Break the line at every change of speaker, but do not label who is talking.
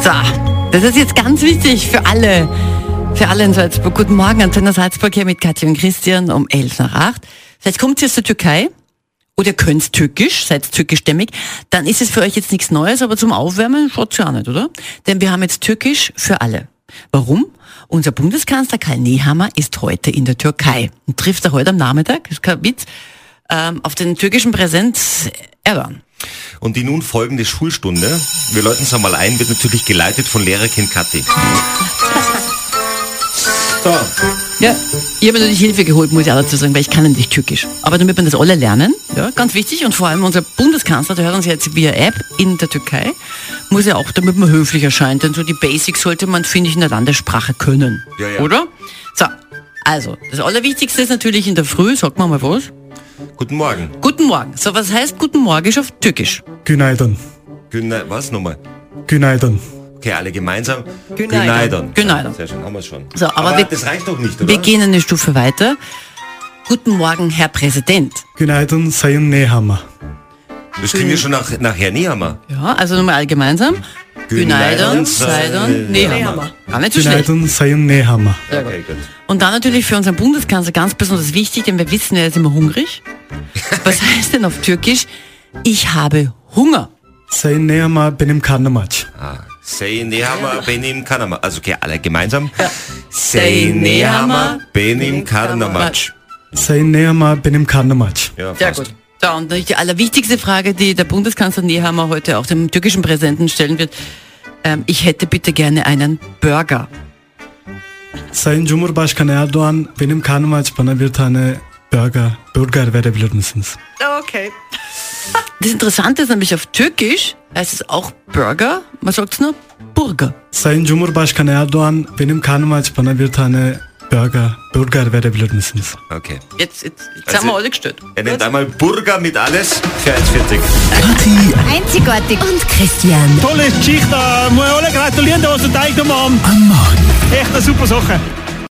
So, das ist jetzt ganz wichtig für alle. Für alle in Salzburg. Guten Morgen, Antenne Salzburg hier mit Katja und Christian um 11 nach 8. Vielleicht kommt ihr aus der Türkei oder könnt türkisch, seid türkischstämmig, dann ist es für euch jetzt nichts Neues, aber zum Aufwärmen schaut's ja auch nicht, oder? Denn wir haben jetzt türkisch für alle. Warum? Unser Bundeskanzler Karl Nehammer ist heute in der Türkei und trifft er heute am Nachmittag, ist kein Witz, ähm, auf den türkischen Präsident Erdogan.
Und die nun folgende Schulstunde, wir läuten es einmal ein, wird natürlich geleitet von Lehrerkind Kathi. So,
Ja, ich habe mir natürlich Hilfe geholt, muss ich auch dazu sagen, weil ich kann nämlich Türkisch. Aber damit wir das alle lernen, ja, ganz wichtig und vor allem unser Bundeskanzler, der hört uns jetzt via App in der Türkei, muss ja auch, damit man höflich erscheint, denn so die Basics sollte man, finde ich, in der Landessprache können,
Ja, ja.
oder? So, also, das Allerwichtigste ist natürlich in der Früh, sagt man mal was,
guten Morgen.
Guten Morgen. So, was heißt Guten Morgen auf Türkisch?
Günaydın.
Guten, was nochmal?
Günaydın.
Okay, alle gemeinsam.
Günaydın. Günaydın.
Sehr schön, haben wir schon.
So, aber wir-
das reicht doch nicht, oder?
Wir gehen eine Stufe weiter. Guten Morgen, Herr Präsident.
Günaydın Sayın Nehammer.
Das kriegen wir schon nach, nachher näher mal.
Ja, also nochmal alle gemeinsam. Günaydon,
Günaydın,
Seidon,
Seidon,
Nehammer. Gar nicht so schlecht.
Günaydın Sayın Nehammer.
Okay, gut.
Und dann natürlich für unseren Bundeskanzler ganz besonders wichtig, denn wir wissen, er ist immer hungrig. Was heißt denn auf Türkisch? Ich habe Hunger.
Sayın Nehammer benim karnım aç.
Ah, Say Nehama Benim Kanama. Also okay, alle gemeinsam.
Say
Say Nehama
Nehama
Benim Kanamac.
Sayın Nehammer benim karnım aç.
Ja, fast.
Sehr gut. So, und die allerwichtigste Frage, die der Bundeskanzler Nehammer heute auch dem türkischen Präsidenten stellen wird, ähm, ich hätte bitte gerne einen Burger.
Sayın Cumhurbaşkanı Erdoğan benim karnım aç bana bir tane burger, burger verebilir misiniz?
Okay. Das Interessante ist nämlich auf Türkisch heißt es auch Burger. Man sagt es nur Burger.
Sayın Cumhurbaşkanı Erdoğan benim karnım aç bana bir tane burger, burger verebilir misiniz?
Okay.
Jetzt, jetzt, jetzt
Also-
sind wir alle gestört.
Er nennt einmal Burger mit alles für 1,40.
Einzigartig und Christian.
Tolle Geschichte, muss ich alle gratulieren, da hast du teilgenommen
Am Morgen.
Echt eine super Sache.